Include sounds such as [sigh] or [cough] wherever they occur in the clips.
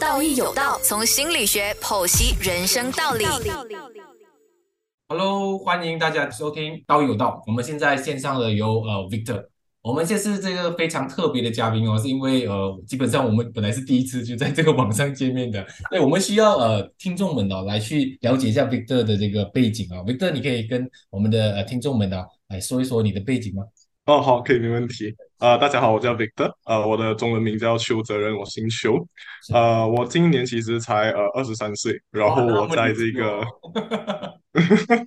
道义有道，从心理学剖析人生道理。 Hello，欢迎大家收听《道义有道》。我们现在线上的有呃 Victor，我们这次这个非常特别的嘉宾哦，是因为呃基本上我们本来是第一次就在这个网上见面的， [laughs] 对，我们需要呃听众们哦来去了解一下 Victor 的这个背景啊、Victor，你可以跟我们的呃听众们啊来说一说你的背景吗？哦，好，可以，没问题。呃，大家好，我叫 Victor，呃，我的中文名叫邱泽仁，我姓邱。呃，我今年其实才呃二十三岁，然后哦我在这个，哦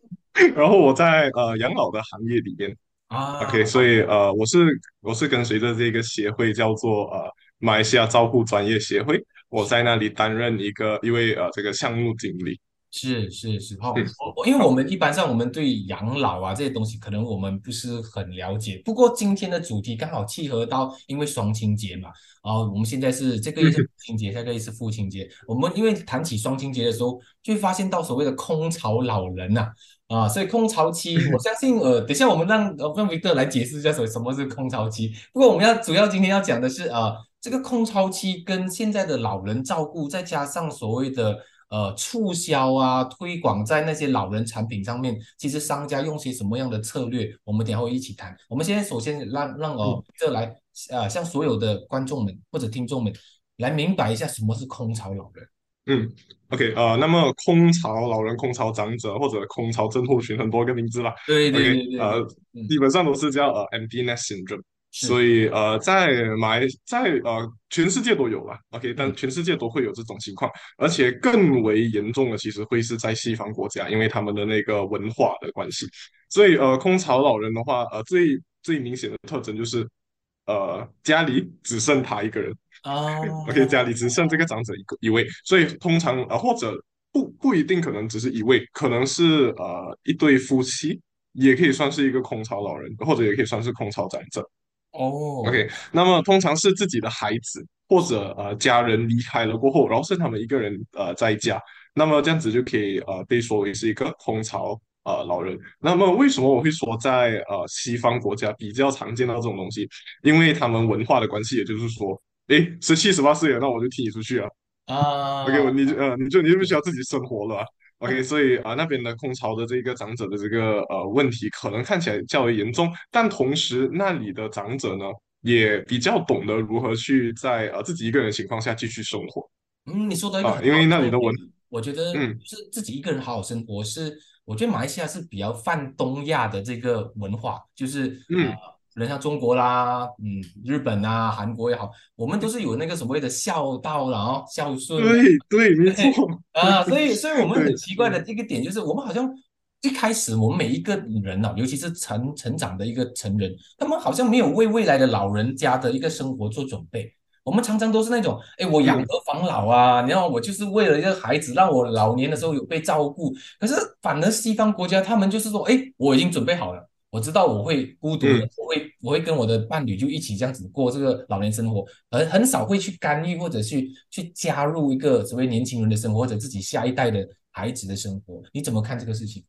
然后我在呃养老的行业里面。啊 OK，所以呃，我是我是跟随着这个协会叫做呃马来西亚照顾专业协会，我在那里担任一个一位呃这个项目经理。是是是，哦，嗯我因为我们一般上我们对养老啊这些东西，可能我们不是很了解。不过今天的主题刚好契合到，因为双亲节嘛，啊、我们现在是这个月是母亲节，下个月是父亲节。我们因为谈起双亲节的时候，就会发现到所谓的空巢老人呐、啊，所以空巢 [laughs] 期，我相信呃，等一下我们让呃让维克来解释一下什什么是空巢期。不过我们要主要今天要讲的是呃，这个空巢期跟现在的老人照顾，再加上所谓的呃促销啊、推广在那些老人产品上面，其实商家用些什么样的策略，我们等一下会一起谈。我们现在首先让让呃这来呃向所有的观众们或者听众们来明白一下什么是空巢老人。嗯，OK，呃，那么空巢老人、空巢长者或者空巢症候群很多个名字啦。对 OK，对对对，呃，嗯基本上都是叫呃 empty nest syndrome，是所以呃，在马来在呃全世界都有啦。OK，但嗯全世界都会有这种情况，而且更为严重的其实会是在西方国家，因为他们的那个文化的关系。所以呃，空巢老人的话，呃，最最明显的特征就是呃家里只剩他一个人。啊 OK，家里只剩这个长者一个一位，所以通常呃或者不不一定可能只是一位，可能是呃一对夫妻，也可以算是一个空巢老人，或者也可以算是空巢长者。哦 OK，那么通常是自己的孩子或者呃家人离开了过后，然后剩他们一个人呃在家，那么这样子就可以呃被说为是一个空巢呃老人。那么为什么我会说在呃西方国家比较常见到这种东西？因为他们文化的关系，也就是说，诶，十七十八岁了，那我就踢你出去啊。啊 OK，我你就呃，你就你就不需要自己生活了啊。OK，所以啊、呃那边的空巢的这个长者的这个呃问题，可能看起来较为严重，但同时那里的长者呢，也比较懂得如何去在呃自己一个人的情况下继续生活。嗯，你说到一个啊很因好为那的里的重文点，我觉得嗯是自己一个人好好生活是，我觉得马来西亚是比较泛东亚的这个文化，就是嗯呃，可能像中国啦，嗯，日本啊，韩国也好，我们都是有那个所谓的孝道啦，然后孝顺啦对对，没错，啊，所以，所以我们很对奇怪的一个点就是，我们好像一开始，我们每一个人啊，尤其是成成长的一个成人，他们好像没有为未来的老人家的一个生活做准备。我们常常都是那种，哎，我养嗯儿防老啊，然后我就是为了一个孩子，让我老年的时候有被照顾。可是反而西方国家，他们就是说，哎，我已经准备好了，我知道我会孤独的嗯，我会我会跟我的伴侣就一起这样子过这个老年生活，而很少会去干预或者去去加入一个所谓年轻人的生活，或者自己下一代的孩子的生活。你怎么看这个事情？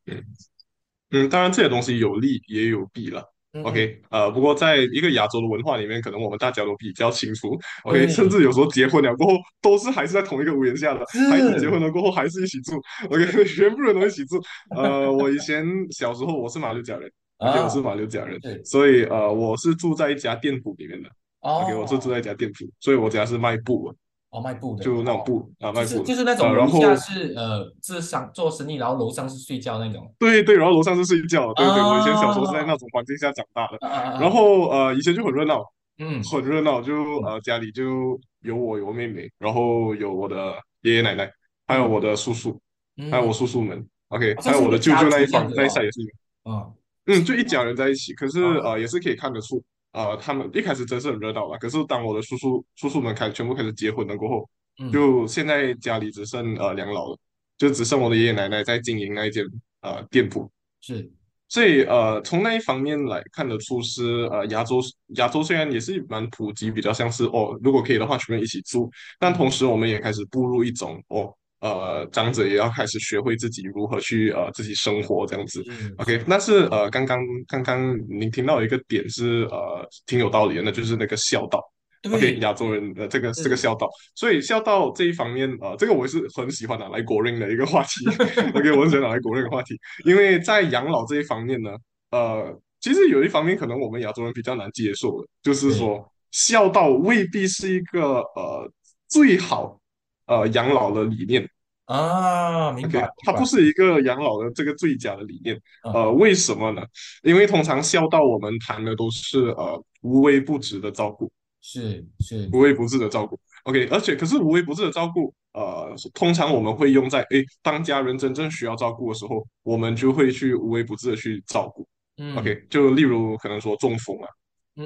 嗯，当然这些东西有利也有弊了。嗯 OK，呃，不过在一个亚洲的文化里面，可能我们大家都比较 [laughs] 清楚。OK，对甚至有时候结婚了过后，都是还是在同一个屋檐下的，孩子是结婚了过后还是一起住。OK，全 [laughs] 部人都一起住。呃，我以前小时候我是马六甲人，OK，我啊是马六甲人，是所以呃，我是住在一家店铺里面的。OK，我是哦住在一家店铺，所以我家是卖布的，哦卖布的就那种哦布啊，就卖是布的。就是那种呃楼然后下是呃是上做生意，然后楼上是睡觉那 [laughs] 种对对，然后楼上是睡觉的，对对，我以前小时候是在啊那种环境下长大的，啊啊啊然后呃，以前就很热闹。嗯很热闹，就呃家里就有我有我妹妹，然后有我的爷爷奶奶，还有我的叔叔，嗯哎还有我叔叔们，OK，哦还有我的舅舅那一方像是一个家族这样子哦那一赛也是有，啊嗯，就一家人在一起。可是哦呃也是可以看得出，呃他们一开始真是很热闹啦，可是当我的叔叔叔叔们开全部开始结婚了过后，嗯就现在家里只剩呃两老了，就只剩我的爷爷奶奶在经营那一间呃店铺。是所以呃，从那一方面来看得出是呃，亚洲亚洲虽然也是蛮普及，比较像是哦，如果可以的话，全部一起住，但同时我们也开始步入一种哦，呃，长者也要开始学会自己如何去呃自己生活这样子。 [laughs] 是 OK，但是呃，刚刚刚刚您听到一个点是呃挺有道理的，那就是那个孝道。 OK，对，亚洲人呃，这个这嗯个孝道，所以孝道这一方面，呃，这个我是很喜欢拿来国认的一个话题。OK，我很喜 [laughs] 欢拿来国认的话题，因为在养老这一方面呢，呃，其实有一方面可能我们亚洲人比较难接受的，就是对说孝道未必是一个呃最好呃养老的理念。啊，明 OK，白，它明不白，是一个养老的这个最佳的理念。呃，嗯，为什么呢？因为通常孝道我们谈的都是呃无微不至的照顾。是是，无微不至的照顾。OK，而且可是无微不至的照顾，呃，通常我们会用在诶，当家人真正需要照顾的时候，我们就会去无微不至的去照顾。嗯 OK，就例如可能说中风啊，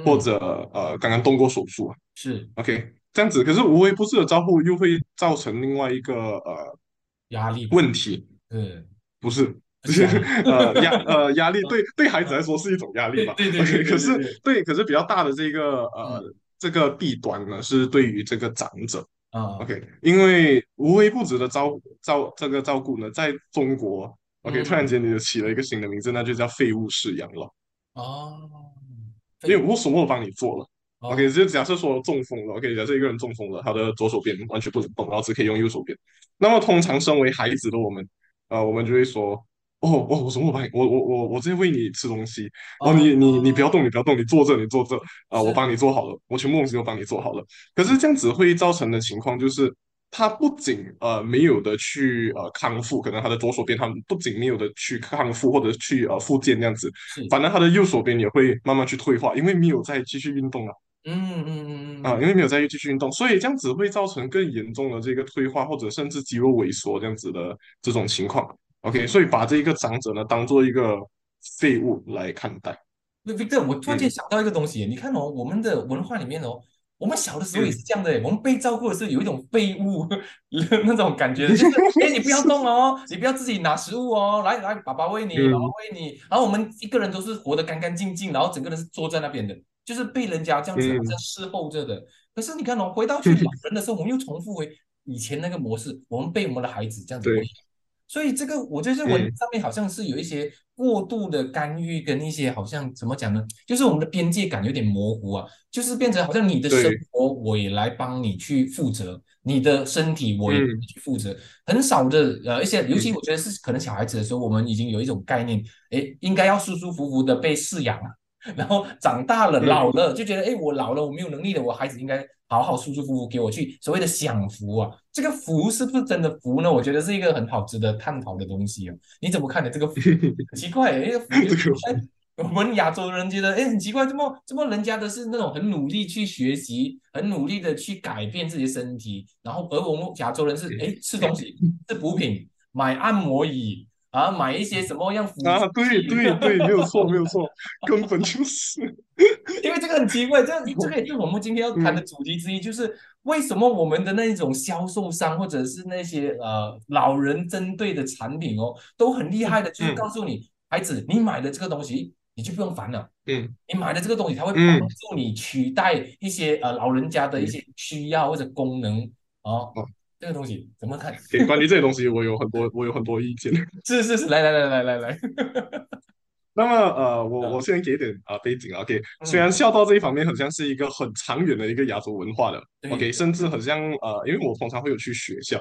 或嗯，者呃刚刚动过手术啊。是 OK，这样子，可是无微不至的照顾又会造成另外一个呃压力吧，问题，是不是，就不是 [laughs] 是压力，呃压呃 [laughs] 压力对对孩子来说是一种压力对吧。嗯对对 OK，对对可对是对，对，可是比较大的这个呃嗯这个弊端呢，是对于这个长者。啊， OK，因为无微不至的照照这个照顾呢，在中国，OK，突然嗯，间你就起了一个新的名字，那就叫废物式养老，哦，因对，为我什么都帮你做了。OK，哦，就假设说中风了，OK，假设一个人中风了，他的左手边完全不能动，然后只可以用右手边。那么通常身为孩子的我们，呃，我们就会说，哦，我我什么都帮你，我我我我直接喂你吃东西，然后你你你不要哦，动，你不要动，你坐这，你坐这，啊、我是，帮你做好了，我全部东西都帮你做好了。可是这样子会造成的情况就是，他不仅呃没有的去呃康复，可能他的左手边他不仅没有的去康复或者去呃复健这样子，是，反而他的右手边也会慢慢去退化，因为没有再继续运动了。嗯嗯啊，嗯因嗯为没有再继续运动，所以这样子会造成更严重的这个退化，或者甚至肌肉萎缩这样子的这种情况。OK，所以把这一个长者呢当做一个废物来看待。 [laughs] 那 Victor，我突然间嗯想到一个东西，你看哦，我们的文化里面 [laughs] 哦，我们小的时候也嗯，是这样的，我们被照顾的时候有一种废物 [laughs] 那种感 [laughs] 觉，就是哎，诶你不要动哦，你不要自己拿食物哦，来来，爸爸喂你，妈妈嗯喂你，然后我们一个人都是活得干干净净，然后整个人是坐在那边的，就是被人家这样子好像嗯侍候着的。可是你看哦，回到去嗯，老人的时候，我们又重复回以前那个模式，我们被我们的孩子这样子喂对，养。所以这个我就认为嗯上面好像是有一些过度的干预跟一些好像怎么讲呢，就是我们的边界感有点模糊啊，就是变成好像你的生对，活我也来帮你去负责，你的身体我也帮你嗯去负责，很少的呃，一些尤其嗯我觉得是可能小孩子的时候，我们已经有一种概念，诶，应该要舒舒服服的被饲养啊， [laughs] 然后长大了嗯老了就觉得诶，我老了我没有能力了，我孩子应该好好舒舒服服给我去所谓的享福啊。这个福是不是真的福呢？我觉得是一个很好值得探讨的东西哦。你怎么看的这个 [laughs] 福？很奇怪欸耶，因为福有这时个候在我们亚洲人觉得，哎，很奇怪，怎么怎么人家的是那种很努力去学习，很努力的去改变自己的身体，然后而我们亚洲人是，哎，吃东西，吃补品，买按摩椅啊，买一些什么样辅助 [laughs] 啊，对器，对 [laughs] 对，没有错，没有错，根本就是， [laughs] 因为这个很奇怪，这这个也是我们今天要谈的嗯主题之一，就是为什么我们的那一种销售商或者是那些呃老人针对的产品哦，都很厉害的，就是告嗯诉你，孩子，你买的这个东西，你就不用烦恼，嗯你买的这个东西，它会帮嗯助你取代一些呃老人家的一嗯，些需要或者功能哦，哦这个东西怎么看？ ，OK，关于这些东西，我有很多，我有很多意见。是是是，来来来来来来，那么呃，我我嗯先给一点啊、呃、背景啊，OK，虽嗯，然孝道这一方面很像是一个很长远的一个亚洲文化的，OK，对，甚至很像呃，因为我通常会有去学校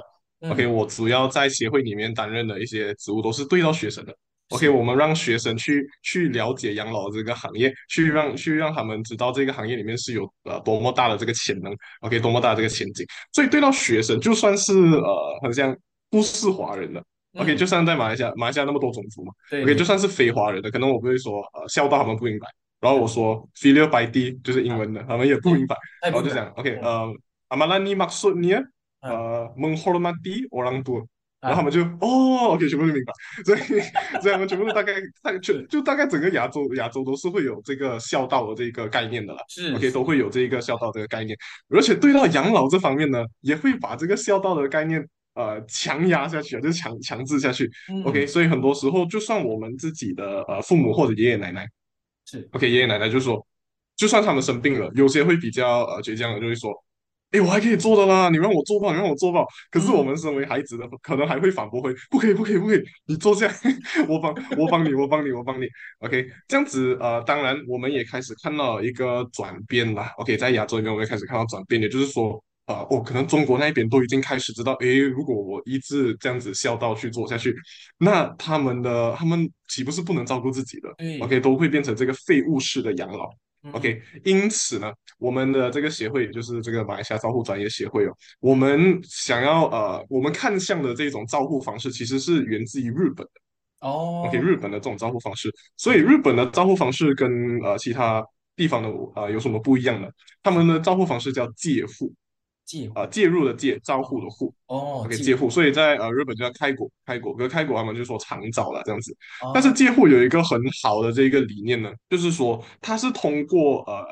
，OK，嗯，我主要在协会里面担任的一些职务都是对到学生的，OK，是，我们让学生去去了解养老这个行业，去让去让他们知道这个行业里面是有呃多么大的这个潜能，OK，多么大的这个前景，所以对到学生就算是呃，很像不是华人的，OK，就嗯，算在马来西亚，马来西亚那么多种族嘛。对 OK，就对算是非华人的，可能我不会说呃孝道他们不明白，然后对我说 filial by D 就是嗯英啊，文的，他们也不对，明白，他也然不后明就白，讲 OK 嗯呃 amalani maksudnya 嗯呃menghormati orang tua，然后他啊，们就哦 OK 全部就明白，所以 [laughs] 所以他们全部都大概大就就大概整个亚洲亚洲都是会有这个孝道的这个概念的啦。是 OK，是都会有这个孝道这个概念，而且对到养老这方面呢，也会把这个孝道的概念呃强压下去啊，就是强强制下去。OK，嗯，所以很多时候，就算我们自己的呃父母或者爷爷奶奶是， ，OK，爷爷奶奶就说，就算他们生病了，有些会比较呃倔强的，就会说。哎，我还可以做的啦，你让我做吧，你让我做吧。可是我们身为孩子的，可能还会反驳回，不可以，不可以，不可以，你坐下， [laughs] 我帮，我帮你，我帮你，我帮你。OK，这样子，呃，当然我们也开始看到一个转变啦。OK，在亚洲里面，我们也开始看到转变，也就是说，啊、我、哦、可能中国那一边都已经开始知道，诶，如果我一直这样子孝道去做下去，那他们的他们岂不是不能照顾自己的对？OK，都会变成这个废物式的养老。嗯 OK，因此呢，我们的这个协会，也就是这个马来西亚照护专业协会哦，我们想要呃，我们看向的这种照护方式，其实是源自于日本的。哦 OK，日本的这种照护方式，所以日本的照护方式跟呃其他地方的呃有什么不一样呢？他们的照护方式叫介护借啊、呃介入的介，照护的护哦，OK，借介护，所以在呃日本就叫开国开国，跟开国他们就说长照啦这样子。哦但是介护有一个很好的这个理念呢，就是说它是通过呃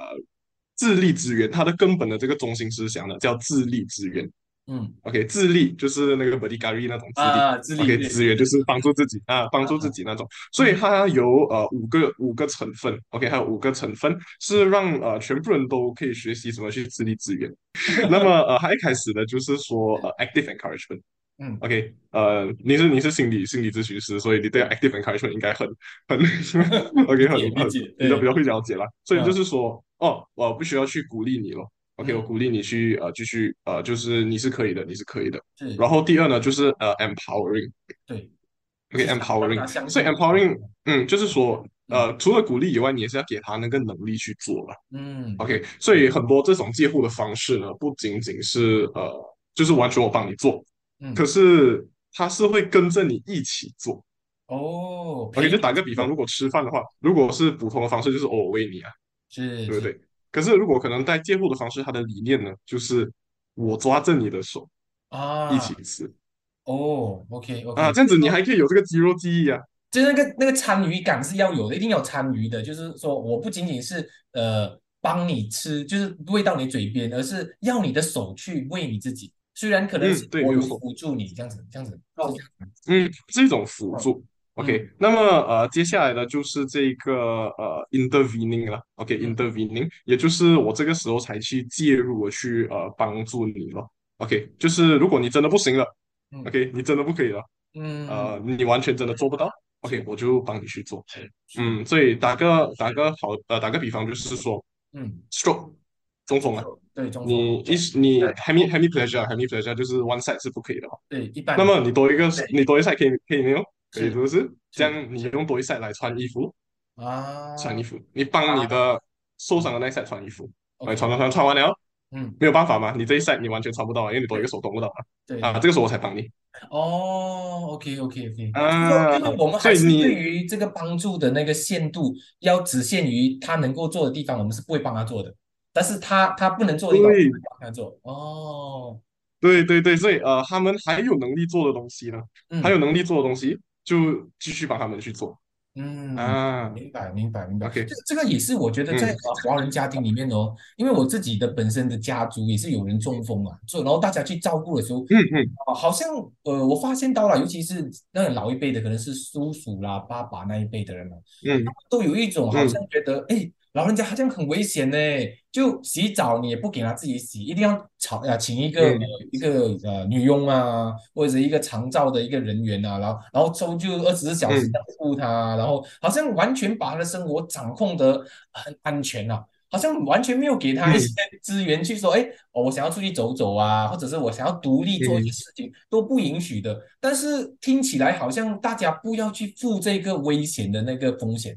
自立资源，它的根本的这个中心思想呢叫自立资源。嗯 OK，自立就是那个 b o d i g a r i 那种自立。啊自立 OK，对资源就是帮助自己啊，帮助自己那种，所以它有呃五个五个成分，OK，还有五个成分是让呃全部人都可以学习怎么去自立资源。那么呃，它一开始呢就是说呃 active encouragement。嗯 OK，呃，你是你是心理心理咨询师，所以你对 active encouragement 应该很很 [laughs] OK 很理解很理解比较对比较会了解啦。所以嗯就是说，哦，我不需要去鼓励你了。OK，我嗯鼓励你去呃继续呃，就是你是可以的，你是可以的。是然后第二呢，就是呃 empowering。对 OK 就是让他 empowering，相信所以你 empowering，嗯，就是说呃，除了鼓励以外，你也是要给他那个能力去做了。嗯 OK，所以很多这种借护的方式呢，不仅仅是呃，就是完全我帮你做，嗯可是它是会跟着你一起做。哦 OK，陪就打个比方，如果吃饭的话，如果是普通的方式，就是哦，我喂你啊，是对不是对？可是如果可能带借护的方式，它的理念呢，就是我抓着你的手啊一起吃哦，OK OK，啊，这样子你还可以有这个肌肉记忆啊。就是那个那个参与感是要有的，一定要参与的。就是说，我不仅仅是呃帮你吃，就是喂到你嘴边，而是要你的手去喂你自己。虽然可能嗯是对我有没错辅助你这样子，这样子，是这样子嗯，是一种辅助。嗯 OK，那么呃，接下来呢就是这个呃 intervening 了。嗯 OK，intervening，、也就是我这个时候才去介入，我去呃帮助你了。OK，就是如果你真的不行了嗯，OK，你真的不可以了，嗯，呃，你完全真的做不到，OK，我就帮你去做。是嗯，所以打个打个好呃打个比方，就是说嗯， stroke 中风啊，对中风，你一你 hemi hemiplegia hemiplegia 就是 one side 是不可以的嘛。对一般那么你多一个对，你多一赛可以可以没有？可是以是不是？这样你用多一赛来穿衣服，啊穿衣服，你帮你的受伤的那一赛穿衣服， ，OK，哎，穿穿穿穿完了，嗯，没有办法嘛，你这一赛你完全穿不到啊，因为你多一个手动不到嘛对啊，这个时候我才帮你哦，OK OK OK，啊就是我们所还以是你对于这个帮助的那个限度，要只限于他能够做的地方，我们是不会帮他做的。但是他他不能做的地方，我们对会帮他做。哦，对对对，所以呃，他们还有能力做的东西呢，嗯还有能力做的东西就继续帮他们去做嗯，啊。明白明白明白。 OK，这这个也是我觉得在嗯呃华人家庭里面哦，因为我自己的本身的家族也是有人中风嘛，所以然后大家去照顾的时候，嗯嗯啊，好像呃，我发现到了，尤其是那种老一辈的，可能是叔叔啦、爸爸那一辈的人啊嘛，嗯都有一种好像觉得，哎、老人家好像很危险呢，就洗澡你也不给他自己洗，一定要找啊，请一个、嗯呃一个呃女佣啊，或者一个长照的一个人员啊，然后然后周就二十四小时嗯照顾他，然后好像完全把他的生活掌控得很安全啊。好像完全没有给他一嗯些资源去说，哎，哦，我想要出去走走啊，或者是我想要独立做一些嗯事情，都不允许的。但是听起来好像大家不要去负这个危险的那个风险。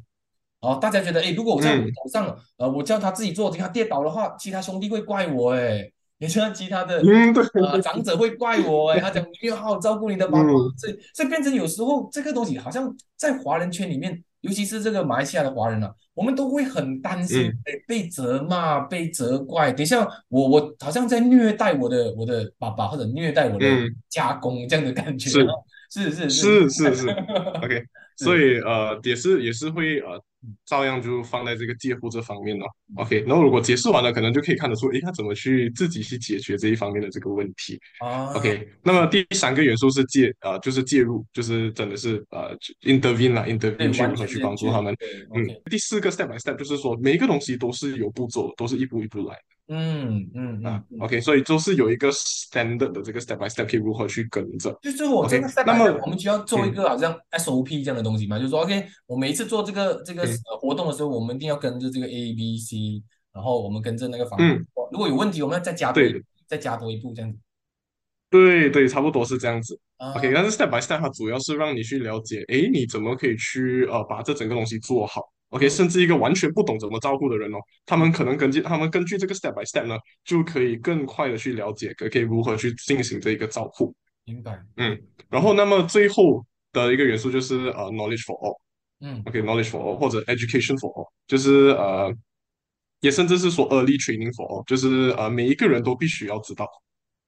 哦，大家觉得，哎，如果我在嗯楼上，呃，我叫他自己做，他跌倒的话，其他兄弟会怪我，哎，也像其他的，嗯，对，呃，长者会怪我，哎，他讲你要好好照顾 [laughs] 你的爸爸，嗯所以所以变成有时候这个东西好像在华人圈里面，尤其是这个马来西亚的华人啊，我们都会很担心嗯被被责骂、被责怪。等一下，我我好像在虐待我的我的爸爸，或者虐待我的嗯家公这样的感觉是啊，是是是，是是是。OK，是所以呃也是也是会呃嗯，照样就放在这个介护这方面了。OK，然后如果解释完了，可能就可以看得出，诶，他怎么去自己去解决这一方面的这个问题。 [laughs] 啊 OK，那么第三个元素是介呃就是介入，就是真的是呃去 intervene 啦对， ，intervene 去如完何全去是帮助他们。对嗯，OK，，第四个 step by step 就是说每一个东西都是有步骤，都是一步一步来。嗯嗯嗯啊嗯， ，OK，所以就是有一个 standard 的这个 step by step 可以如何去跟着。就是我 OK，这个 step 那 by 么嗯 step，我们就要做一个好像 SOP 这样的东西嘛，就是说 OK，我每一次做这个这个嗯呃活动的时候，我们一定要跟着这个 A B C，然后我们跟着那个方向嗯，如果有问题，我们要再加多对一再加多一步这样子对对，差不多是这样子。啊。 OK，但是 step by step 它主要是让你去了解，诶，你怎么可以去呃把这整个东西做好？OK，甚至一个完全不懂怎么照顾的人哦，他们可能根据他们根据这个 step by step 呢，就可以更快的去了解，可可以如何去进行这一个照顾。明白，然后，那么最后的一个元素就是呃，knowledge for all。嗯 OK，knowledge for all 或者 education for all，就是呃，也甚至是说 early training for all，就是呃，每一个人都必须要知道。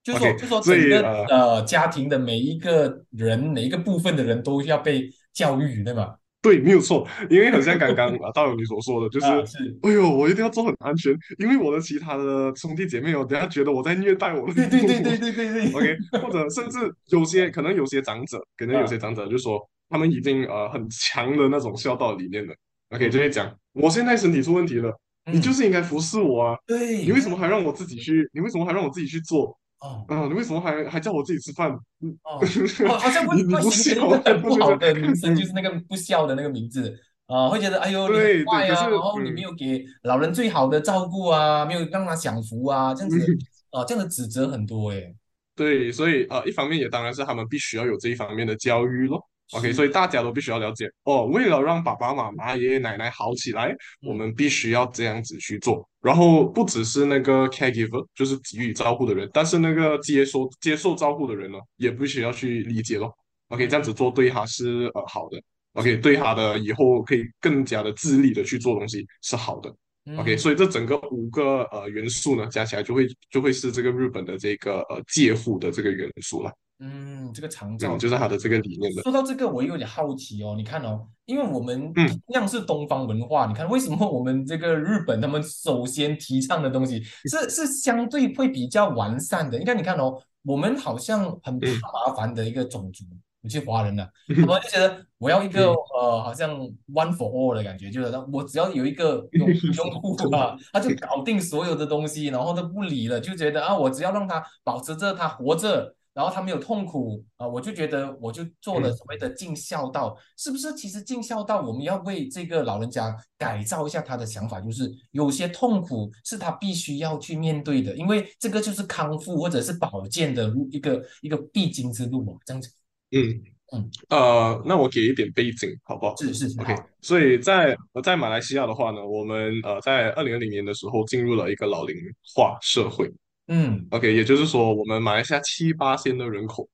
就是说 OK，就说所以整个呃呃家庭的每一个人每一个部分的人都要被教育，对吧？对，没有错，因为很像刚刚啊，道友你所说的，就是，啊，是，哎呦，我一定要做很安全，因为我的其他的兄弟姐妹哦，等下觉得我在虐待我的对对对对 [laughs] 父母对对对， OK，或者甚至有些可能有些长者，可嗯能有些长者就说他们已经呃很强的那种孝道理念了。OK，就会讲我现在身体出问题了，你就嗯，是应该服侍我啊，对，你为什么还让我自己去？你为什么还让我自己去做？哦嗯、你为什么还还叫我自己吃饭？ [laughs] 嗯哦， [laughs] 好好像会你你会不形成孝一个很不不是好的名声， [laughs] 嗯就是那个不孝的那个名字啊，会觉得哎呦你对很对坏可啊，是嗯然后你没有给老人最好的照顾啊，没有让他享福啊，这样子嗯啊，这样的指责很多哎诶。对，所以呃，一方面也当然是他们必须要有这一方面的教育咯。OK，是所以大家都必须要了解哦。为了让爸爸妈妈、爷爷奶奶好起来，我嗯们必须要这样子去做。然后不只是那个 caregiver，就是给予照顾的人，但是那个接收接受照顾的人呢，哦也必须要去理解咯。OK，这样子嗯做对他是呃好的。OK，对他的以后可以更加的自立的去做东西是好的。OK，嗯，所以这整个五个呃元素呢，加起来就会就会是这个日本的这个呃介护的这个元素了，嗯，这个长嗯，照就是它的这个理念的，说到这个，我有点好奇哦。你看哦，因为我们嗯同样是东方文化，你看为什么我们这个日本他们首先提倡的东西嗯是是相对会比较完善的？你看，你看哦，我们好像很怕嗯麻烦的一个种族，尤其华 [laughs] 人呢、啊他们就觉得我要一个嗯呃，好像 one for all 的感觉，就是我只要有一个 [laughs] 用用户啊，他就搞定所有的东西，然后都不理了，就觉得啊，我只要让他保持着他活着，然后他没有痛苦啊，我就觉得我就做了嗯所谓的尽孝道，是不是？其实尽孝道，我们要为这个老人家改造一下他的想法，就是有些痛苦是他必须要去面对的，因为这个就是康复或者是保健的路一个一个必经之路嘛，这样子。嗯嗯，呃，那我给一点背景好不好？是是是， OK，好，所以在呃在马来西亚的话呢，我们呃在二零二零年的时候进入了一个老龄化社会。嗯， OK，也就是说，我们马来西亚七八仙的人口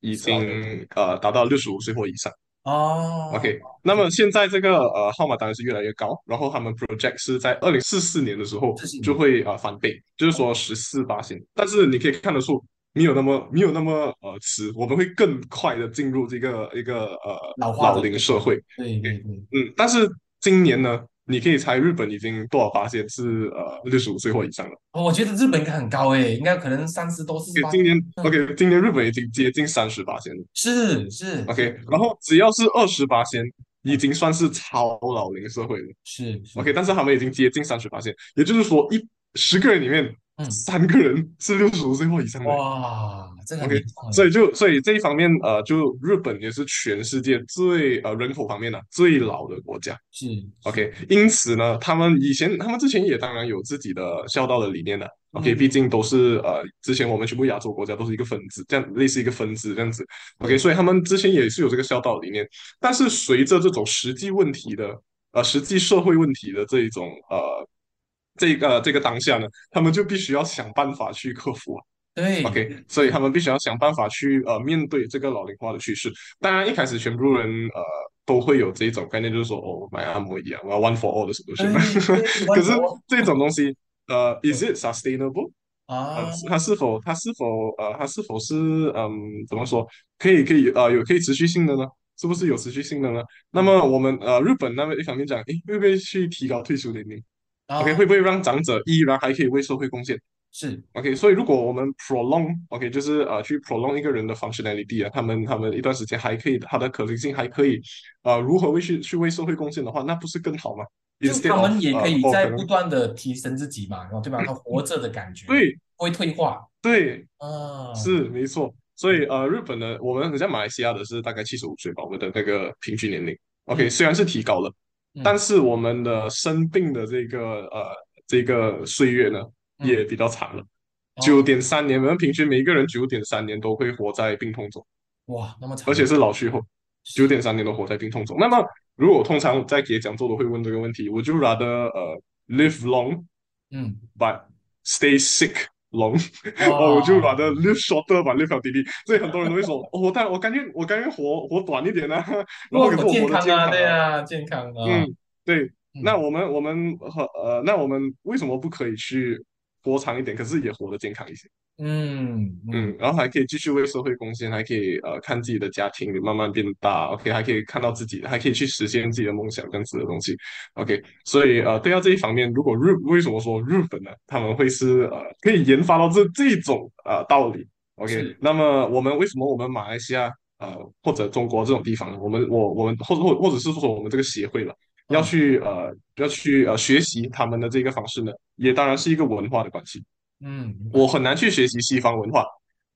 已是老龄经呃达到六十五岁或以上。哦 OK，那么现在这个呃号码当然是越来越高，然后他们 project 是在二零四四年的时候44年哦就会呃翻倍，就是说十四八线。但是你可以看得出，没有那么没有那么呃迟，我们会更快的进入这个一个呃老化的老龄社会。对对对，嗯，但是今年呢，你可以猜日本已经多少八线是呃六十五岁或以上了。哦我觉得日本应该很高欸诶，应该可能三十多、四十 OK，八，今年嗯 OK，今年日本已经接近三十八线了。是是 OK，然后只要是二十八线，已经算是超老龄社会了。是是 OK，但是他们已经接近三十八线，也就是说一十个人里面嗯三个人是六十五岁或以上的人。哇，这个很 OK，严重诶所以就所以这一方面，呃，就日本也是全世界最呃人口方面呢、最老的国家。是 OK，因此呢，他们以前他们之前也当然有自己的孝道的理念的。OK，嗯毕竟都是呃，之前我们全部亚洲国家都是一个分支，这样类似一个分支这样子。OK，所以他们之前也是有这个孝道理念，但是随着这种实际问题的呃实际社会问题的这一种呃这个这个当下呢，他们就必须要想办法去克服啊。对 [laughs] OK，[laughs] 所以他们必须要想办法去呃面对这个老龄化的趋势。当然，一开始全部人呃都会有这一种概念，就是说哦，我买按摩椅啊，我要 one for all 的 solution 对。 [laughs] 可是嗯 one for all 这种东西，呃，is it sustainable？呃啊，，它是否它是否呃它是否是嗯怎么说可以可以呃有可以持续性的呢？是不是有持续性的呢？那么我们呃日本那边一方面讲，诶，会不会去提高退休年龄啊？OK，会不会让长者依然还可以为社会贡献？是 OK，所以如果我们 prolong OK，就是呃去 prolong 一个人的 functionality 啊，他们他们一段时间还可以，他的可行性还可以，呃，如何为去去为社会贡献的话，那不是更好吗就 instead 他 of，们也可以呃哦在可能不断的提升自己嘛，然后对吧？他活着的感觉，对不会退化对，啊，是没错，所以呃，日本呢，我们很像马来西亚的是大概七十五岁吧，我们的那个平均年龄。OK，嗯虽然是提高了，嗯，但是我们的生病的这个呃这个岁月呢，嗯也比较长了，哦九点三年，我们平均每一个人九点三年都会活在病痛中，哇，那么长，而且是老去后九点三年都活在病痛中。那么如果通常在给讲座都会问这个问题，我就 rather 呃 live long 嗯， but stay sick long。 [laughs] 哇哦，我就把它 live shorter 把 live healthy，所以很多人都会说，哦，但我甘愿我甘愿活活短一点呢、啊然后可是我健活得康健啊，康对啊，啊，健康啊，嗯，对，嗯那我们我们和呃，那我们为什么不可以去活长一点，可是也活得健康一些？嗯嗯嗯，然后还可以继续为社会贡献，还可以呃看自己的家庭慢慢变大，OK，还可以看到自己，还可以去实现自己的梦想跟自己的东西，OK，所以呃，对到这一方面，如果日为什么说日本呢，他们会是呃可以研发到这这种呃道理，OK，是那么我们为什么我们马来西亚呃或者中国这种地方，我们我我们或者或或者是说我们这个协会了。嗯要去呃，要去呃学习他们的这个方式呢，也当然是一个文化的关系。嗯，明白我很难去学习西方文化，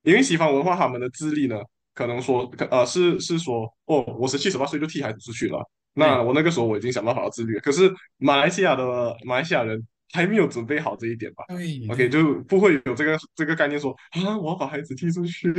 因为西方文化他们的资历呢，可能说，可呃，是是说，哦，我十七十八岁就替孩子出去了，那我那个时候我已经想办法要自律了，可是马来西亚的马来西亚人还没有准备好这一点吧对？OK，就不会有这个这个概念说啊，我要把孩子踢出去，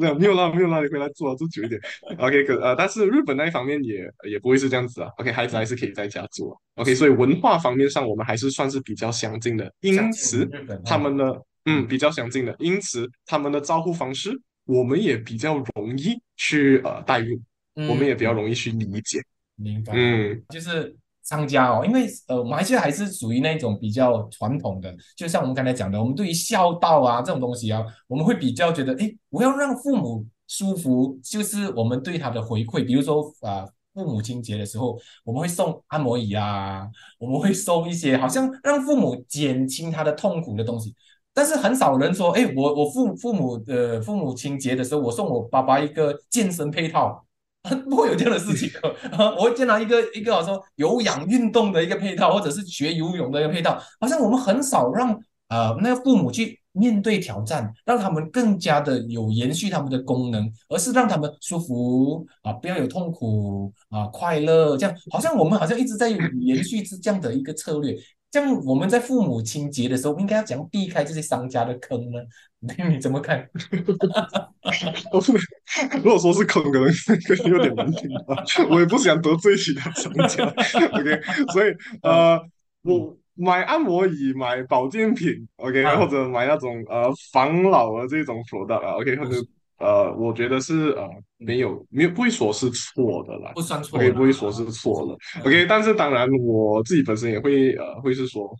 这样没有啦，没有啦，你回来住啊，住久一点。OK，可呃，但是日本那一方面也也不会是这样子啊。OK，孩子还是可以在家住啊。OK，所以文化方面上我们还是算是比较相近的，相因信此。日本他啊们的嗯比较相近的，因此他们的照护方式我们也比较容易去呃代入，我们也比较容易去理解。嗯明白。嗯， [laughs] 就是商家哦，因为呃，马来西亚还是属于那种比较传统的，就像我们刚才讲的，我们对于孝道啊这种东西啊，我们会比较觉得，诶，我要让父母舒服，就是我们对他的回馈，比如说啊。呃父母亲节的时候，我们会送按摩椅啊，我们会送一些好像让父母减轻他的痛苦的东西。但是很少人说，诶，我我父父母呃父母亲节的时候，我送我爸爸一个健身配套， [laughs] 不会有这样的事情哦的。 [laughs] 我会见到一个一个好像有氧运动的一个配套，或者是学游泳的一个配套，好像我们很少让呃那个父母去面对挑战，让他们更加的有延续他们的功能，而是让他们舒服啊、不要有痛苦啊、快乐，这样好像我们好像一直在延续是这样的一个策略。这样我们在父母亲节的时候，应该要怎样避开这些商家的坑呢？ [laughs] 你怎么看？如果说是坑，可能可能有点难听吧， [laughs] 我也不想得罪其他商家。OK，所以呃，我买按摩椅、买保健品，OK，、啊或者买那种呃防老的这种 product 啊，OK，或者呃，我觉得是呃没有没有不会说是错的啦。不算错 OK，了，不会说是错了。OK，但是当然我自己本身也会呃，会是说，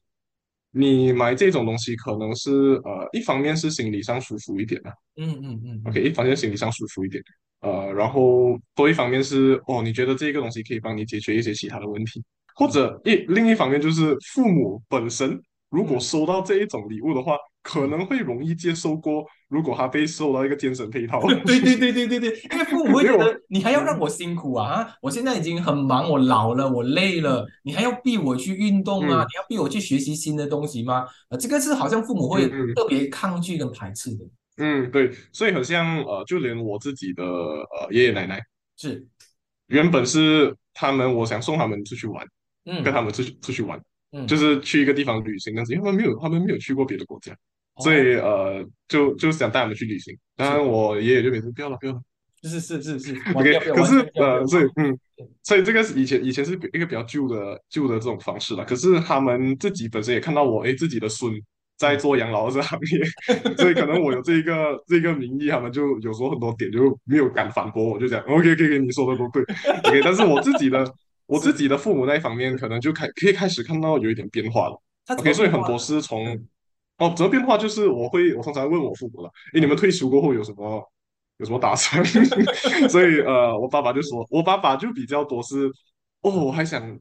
你买这种东西可能是呃，一方面是心理上舒服一点啊嗯嗯嗯嗯，OK，一方面心理上舒服一点，呃，然后多一方面是哦，你觉得这个东西可以帮你解决一些其他的问题，或者一另一方面就是父母本身如果嗯收到这一种礼物的话，可能会容易接受过，如果他被受到一个精神配套， [laughs] 对 [laughs] 对对对对对，因为父母会觉因为得你还要让我辛苦啊！啊我现在已经很忙，我老了，我累了，你还要逼我去运动啊？嗯你要逼我去学习新的东西吗？呃，这个是好像父母会嗯嗯特别抗拒跟排斥的，嗯，对，所以很像呃，就连我自己的呃爷爷奶奶。是，原本是他们，我想送他们出去玩，嗯跟他们出去出去玩，嗯，就是是去一个地方旅行，但是因为他们没有，他们没有去过别的国家，哦所以呃，就就想带他们去旅行。当然，我爷爷就每次不要了，不要了是是是 [laughs] 是完，OK 全没有。可是完哦全没有呃，所以嗯对，所以这个是以前以前是一个比较旧的旧的这种方式了。可是他们自己本身也看到我，诶，自己的孙嗯在做养老这行业，所以可能我有这一个这个名义，他们就有时候很多点就没有敢反驳我，就讲 OK OK OK，你说的都对 OK。但是我自己的我自己的父母那一方面，可能就开可以开始看到有一点变化了。他怎 OK，么所以会很画多呢是从嗯哦，主要变化就是我会我通常问我父母了，诶，你们退休过后有什么有什么打算？ [laughs] 所以呃，我爸爸就说，我爸爸就比较多是，哦，我还想，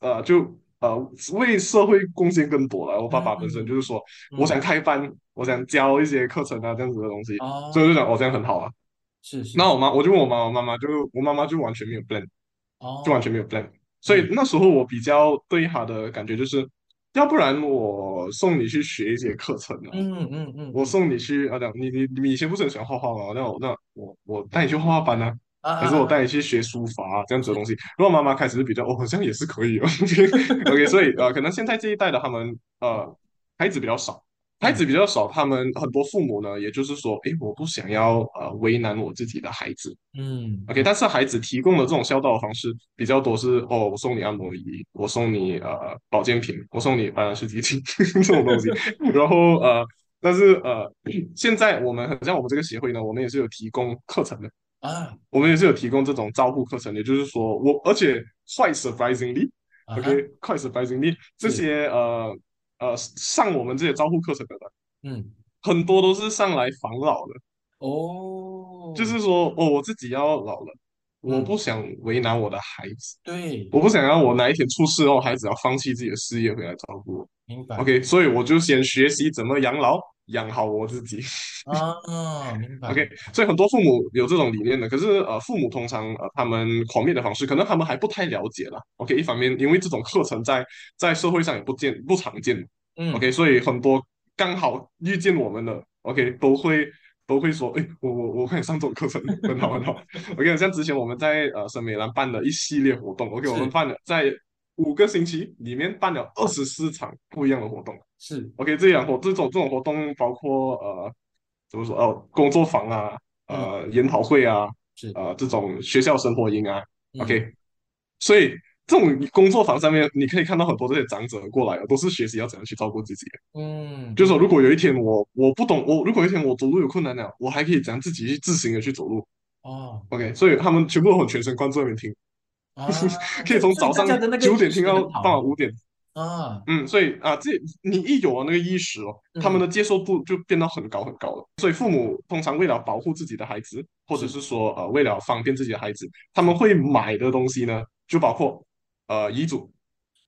呃，就呃为社会贡献更多了。我爸爸本身就是说，嗯我想开班，我想教一些课程啊这样子的东西，哦所以我就想，哦，这样很好啊。是是那我妈，我就问我妈，我妈妈就我妈妈就完全没有 plan，哦就完全没有 plan。所嗯以那时候我比较对他的感觉就是，要不然我送你去学一些课程啊，嗯嗯嗯，我送你去啊，讲你你你以前不是很喜欢画画吗？那我那我我带你去画画班啊，啊啊还是我啊带你去学书法啊这样子的东西。然后妈妈开始就比较哦，好像也是可以哦。OK，所以呃，可能现在这一代的他们呃，孩子比较少，孩子比较少，他们很多父母呢，也就是说，诶，我不想要呃为难我自己的孩子。嗯 OK，但是孩子提供的这种孝道的方式比较多是哦，我送你按摩仪，我送你呃保健品，我送你呃湿纸巾 [laughs] 这种东西。然后呃，但是呃，现在我们很像我们这个协会呢，我们也是有提供课程的，啊我们也是有提供这种照护课程的，也就是说我而且 quite surprisingly，啊 OK，快 surprisingly，这是些呃呃上我们这些招呼课程的人，嗯很多都是上来防老的，哦，就是说哦，我自己要老了，我嗯不想为难我的孩子，对，我不想让我哪一天出事后，孩子要放弃自己的事业回来照顾我。明白 OK，所以我就先学习怎么养老，养好我自己。 [laughs] 啊，明白 OK，所以很多父母有这种理念的，可是呃，父母通常呃，他们狂灭的方式，可能他们还不太了解啦。OK，一方面因为这种课程在在社会上也不见不常见嘛嗯 OK，所以很多刚好遇见我们的 OK 都会都会说，哎，我我我快点上这种课程，很好很好。OK，像之前我们在呃森美兰办的一系列活动，OK，是我们办了在五个星期里面办了二十四场不一样的活动。是 OK，这样活这种这种活动包括呃，怎么说呃，工作坊啊，呃，研讨会啊，嗯是呃，这种学校生活营啊。嗯 OK，所以这种工作坊上面，你可以看到很多这些长者过来，都是学习要怎样去照顾自己。嗯，就是说，如果有一天我我不懂，我如果有一天我走路有困难了，我还可以怎样自己去自行的去走路。 [laughs] 哦 OK，所以他们全部都很全神贯注在那边听，，啊可以从所早大上家的那个九点意听识到很好傍晚五点。啊，嗯，所以啊，这你一有了那个意识哦，他们嗯的接受度就变到很高很高了。所以父母通常为了保护自己的孩子，或者是说呃为了方便自己的孩子，他们会买的东西呢，就包括呃遗嘱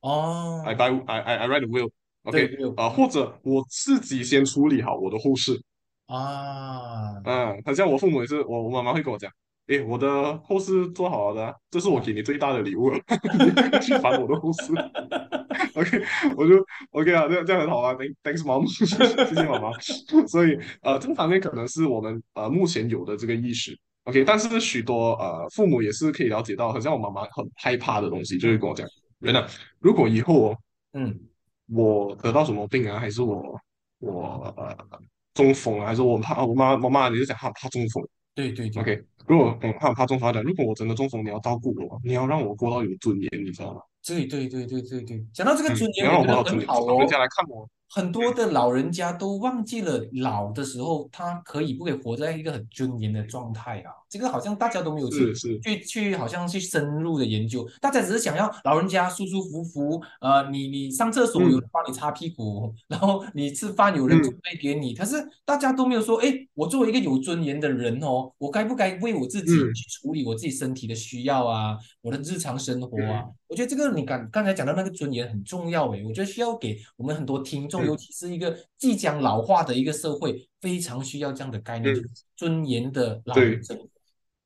哦， ，I buy I I I write a will，OK，、对，will 啊、或者我自己先处理好我的后事，啊，嗯，好像我父母也是，我我妈妈会跟我讲，诶，我的后事做好了的啊，这是我给你最大的礼物了， [laughs] 你不要去烦我的后事。OK，我就 OK 啊，这样这样很好啊，Thank-，Thanks mom，谢 [laughs] 谢妈 [laughs] 妈。所以呃，这方面可能是我们呃目前有的这个意识。OK，但是许多呃父母也是可以了解到，好像我妈妈很害怕的东西，就会跟我讲，人啊，如果以后哦嗯我得到什么病啊，还是我我呃中风啊，还是我很怕我妈我妈你就讲她很怕中风对对对， ，OK，如果嗯她很怕中风，她讲如果我真的中风，你要照顾我，你要让我过到有尊严，你知道吗？对对对对对对，讲到这个嗯，尊你严，要让我觉得我活到尊很严，啊好老哦人家。来看我，很多的老人家都忘记了老的时候，他可以不可以活在一个很尊严的状态啊？这个好像大家都没有去是是，去去，好像去深入的研究，大家只是想要老人家舒舒服服，呃，你你上厕所嗯有人帮你擦屁股，然后你吃饭有人嗯准备给你，可是大家都没有说，哎，我作为一个有尊严的人哦，我该不该为我自己嗯去处理我自己身体的需要啊，我的日常生活啊？嗯我觉得这个你刚刚才讲到那个尊严很重要诶，我觉得需要给我们很多听众，嗯尤其是一个即将老化的一个社会，非常需要这样的概念，嗯就是尊严的老对人生活。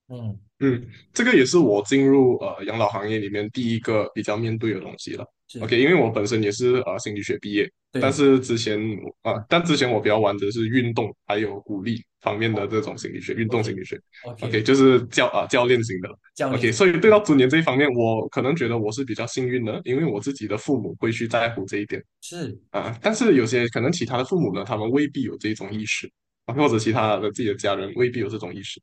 嗯嗯，这个也是我进入呃养老行业里面第一个比较面对的东西了。是 OK，因为我本身也是呃心理学毕业，对，但是之前啊、呃但之前我比较玩的是运动还有鼓励方面的这种心理学，运动 OK 心理学。 OK， OK，就是教啊、教练型的。教 OK，练 [laughs] 所以对到尊严这一方面，我可能觉得我是比较幸运的，因为我自己的父母会去在乎这一点是啊。但是有些可能其他的父母呢，他们未必有这种意识，啊或者其他的自己的家人未必有这种意识。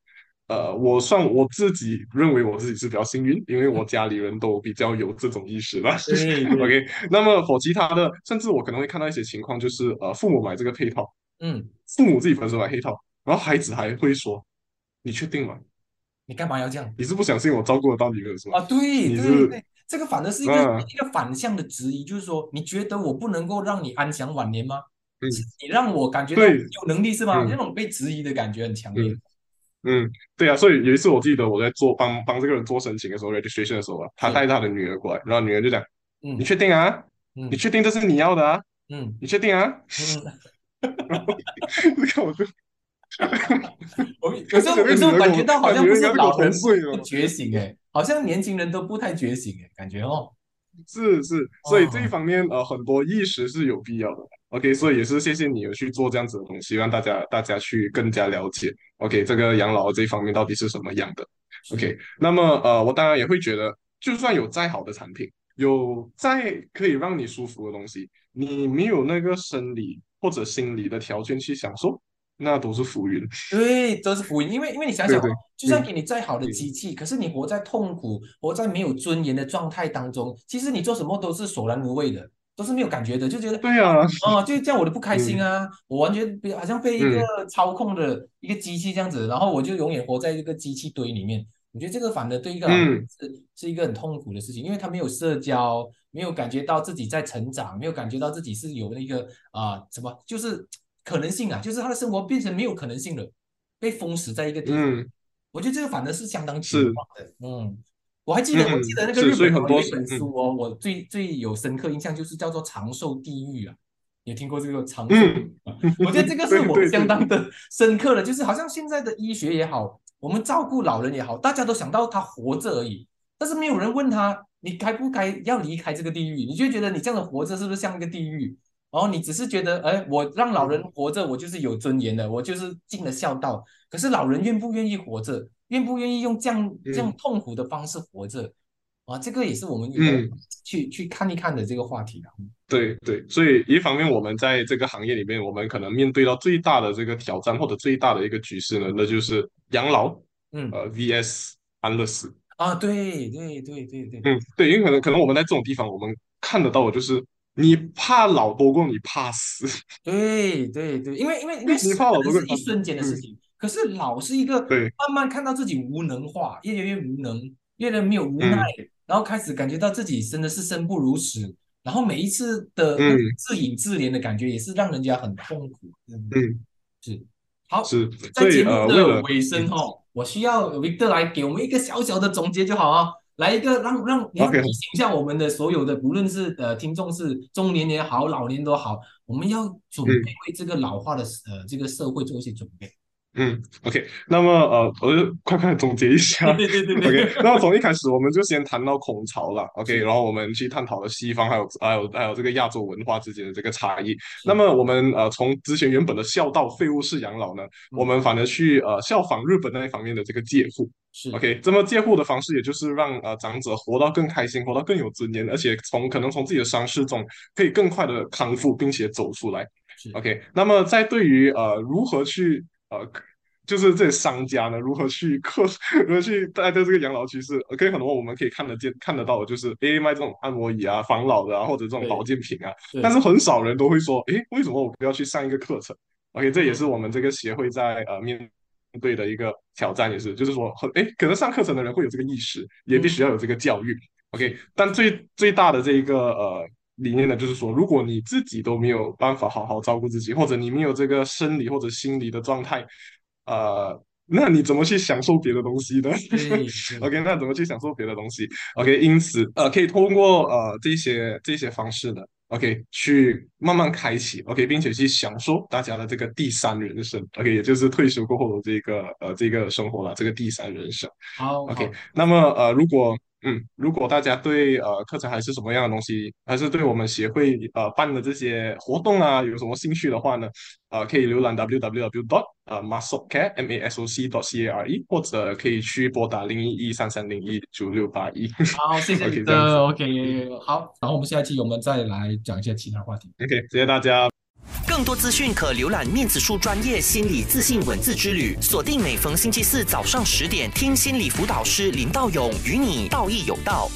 呃，我算我自己认为我自己是比较幸运，因为我家里人都比较有这种意识了。对对 [laughs] OK，那么否其他的，甚至我可能会看到一些情况，就是呃，父母买这个配套，嗯，父母自己本身买配套，然后孩子还会说：“你确定吗？你干嘛要这样你是不相信我照顾得到你们是吗？”啊？对你对是对，这个反而是一个嗯一个反向的质疑，就是说，你觉得我不能够让你安享晚年吗？嗯是你让我感觉到对有能力是吗？嗯那种被质疑的感觉很强烈。嗯，对啊，所以有一次我记得我在做帮帮这个人做申请的时候，registration 的时候啊，他是带着他的女儿过来，然后女儿就讲：“嗯你确定啊？嗯你确定这是你要的啊？嗯你确定啊 [laughs] [laughs] 嗯。？”这个我就哦我有时候有时候感觉到好像不是老人不觉醒哎、好像年轻人都不太觉醒诶，感觉哦。是是，所以这一方面呃，很多意识是有必要的。OK，所以也是谢谢你有去做这样子的东西，让大家大家去更加了解 OK 这个养老这一方面到底是什么样的。OK，那么呃，我当然也会觉得，就算有再好的产品，有再可以让你舒服的东西，你没有那个生理或者心理的条件去享受，那都是浮云。对，都是福音，因为因为你想想哦，对对就算给你再好的机器，可是你活在痛苦、活在没有尊严的状态当中，其实你做什么都是索然无味的，都是没有感觉的，就觉得对啊，哦，就这样我都不开心啊，嗯我完全比好像被一个操控的一个机器这样子，然后我就永远活在这个机器堆里面。我觉得这个反而对一个老人嗯是是一个很痛苦的事情，因为他没有社交，没有感觉到自己在成长，没有感觉到自己是有那个啊、什么，就是可能性啊，就是他的生活变成没有可能性了，被封死在一个地方。嗯，我觉得这个反而是相当绝是望的。嗯，我还记得，我记得那个嗯是日所以本很有多一本嗯书哦，我最最有深刻印象就是叫做《长寿地狱》啊，有听过这个长寿？嗯，我觉得这个是 [laughs] 对我对相对当的深刻的，就是好像现在的医学也好，我们照顾老人也好，大家都想到他活着而已，但是没有人问他你该不该要离开这个地狱，你就觉得你这样的活着是不是像一个地狱？然后你只是觉得，哎，我让老人活着，我就是有尊严的，我就是尽了孝道。可是老人愿不愿意活着，愿不愿意用这样嗯这样痛苦的方式活着啊？这个也是我们嗯去去看一看的这个话题啊。对对，所以一方面我们在这个行业里面，我们可能面对到最大的这个挑战或者最大的一个局势呢，那就是养老，嗯呃，VS 安乐死。啊，对对对对对，嗯，对，因为可能可能我们在这种地方，我们看得到的就是你怕老多过你怕死。 [laughs] 对对对，因为因为因为你死怕可我能不是会一瞬间的事嗯情，可是老是一个对慢慢看到自己无能化，越来越无能，越来越没有无奈，嗯然后开始感觉到自己真的是生不如死，然后每一次的那嗯种自隐自怜的感觉也是让人家很痛苦。嗯嗯，是。好，是，在所以节目呃，为的了尾声哦，我需要 Victor 来给我们一个小小的总结就好啊，来一个让让你要 OK 提醒一下我们的所有的，不论是呃听众是中年也好，老年都好，我们要准备嗯为这个老化的呃这个社会做一些准备。嗯，OK，那么呃，我就快快总结一 [laughs] 下。对对对 OK，对，那么从一开始我们就先谈到孔巢了，OK，然后我们去探讨了西方还有还有还有这个亚洲文化之间的这个差异。那么我们呃从之前原本的孝道废物式养老呢，我们反而去呃效仿日本那一方面的这个介护是，OK，这么介护的方式也就是让呃长者活到更开心，活到更有尊严，而且从可能从自己的伤势中可以更快的康复，并且走出来。是 OK，那么在对于呃如何去呃，就是这些商家呢，如何去克， [laughs] 如何去带对这个养老趋势，OK，很多我们可以看得见、看得到的，就是诶卖这种按摩椅啊、防老的啊，或者这种对保健品啊，对但是很少人都会说，诶，为什么我不要去上一个课程？OK，这也是我们这个协会在呃面对的一个挑战，也是，就是说很诶，可能上课程的人会有这个意识，也必须要有这个教育。OK，但最最大的这一个呃理念呢，就是说，如果你自己都没有办法好好照顾自己，或者你没有这个生理或者心理的状态，呃，那你怎么去享受别的东西呢？对对 OK，那怎么去享受别的东西？OK，因此呃，可以通过呃这些这些方式呢，OK 去慢慢开启，OK，并且去享受大家的这个第三人生，OK，也就是退休过后的这个呃这个生活了，这个第三人生。好 OK，好那么呃，如果嗯，如果大家对呃课程还是什么样的东西，还是对我们协会呃办的这些活动啊有什么兴趣的话呢，呃，可以浏览 www dot 呃 masocare m a s o c dot c a r e，或者可以去拨打零一一三三零一九六八一。 [laughs] 好，谢谢 OK，你这样子的 OK，好，然后我们下一期我们再来讲一些其他话题。 OK，谢谢大家。更多资讯可浏览面子书专业心理自信文字之旅，锁定每逢星期四早上十点，听心理辅导师林道勇与你道义有道。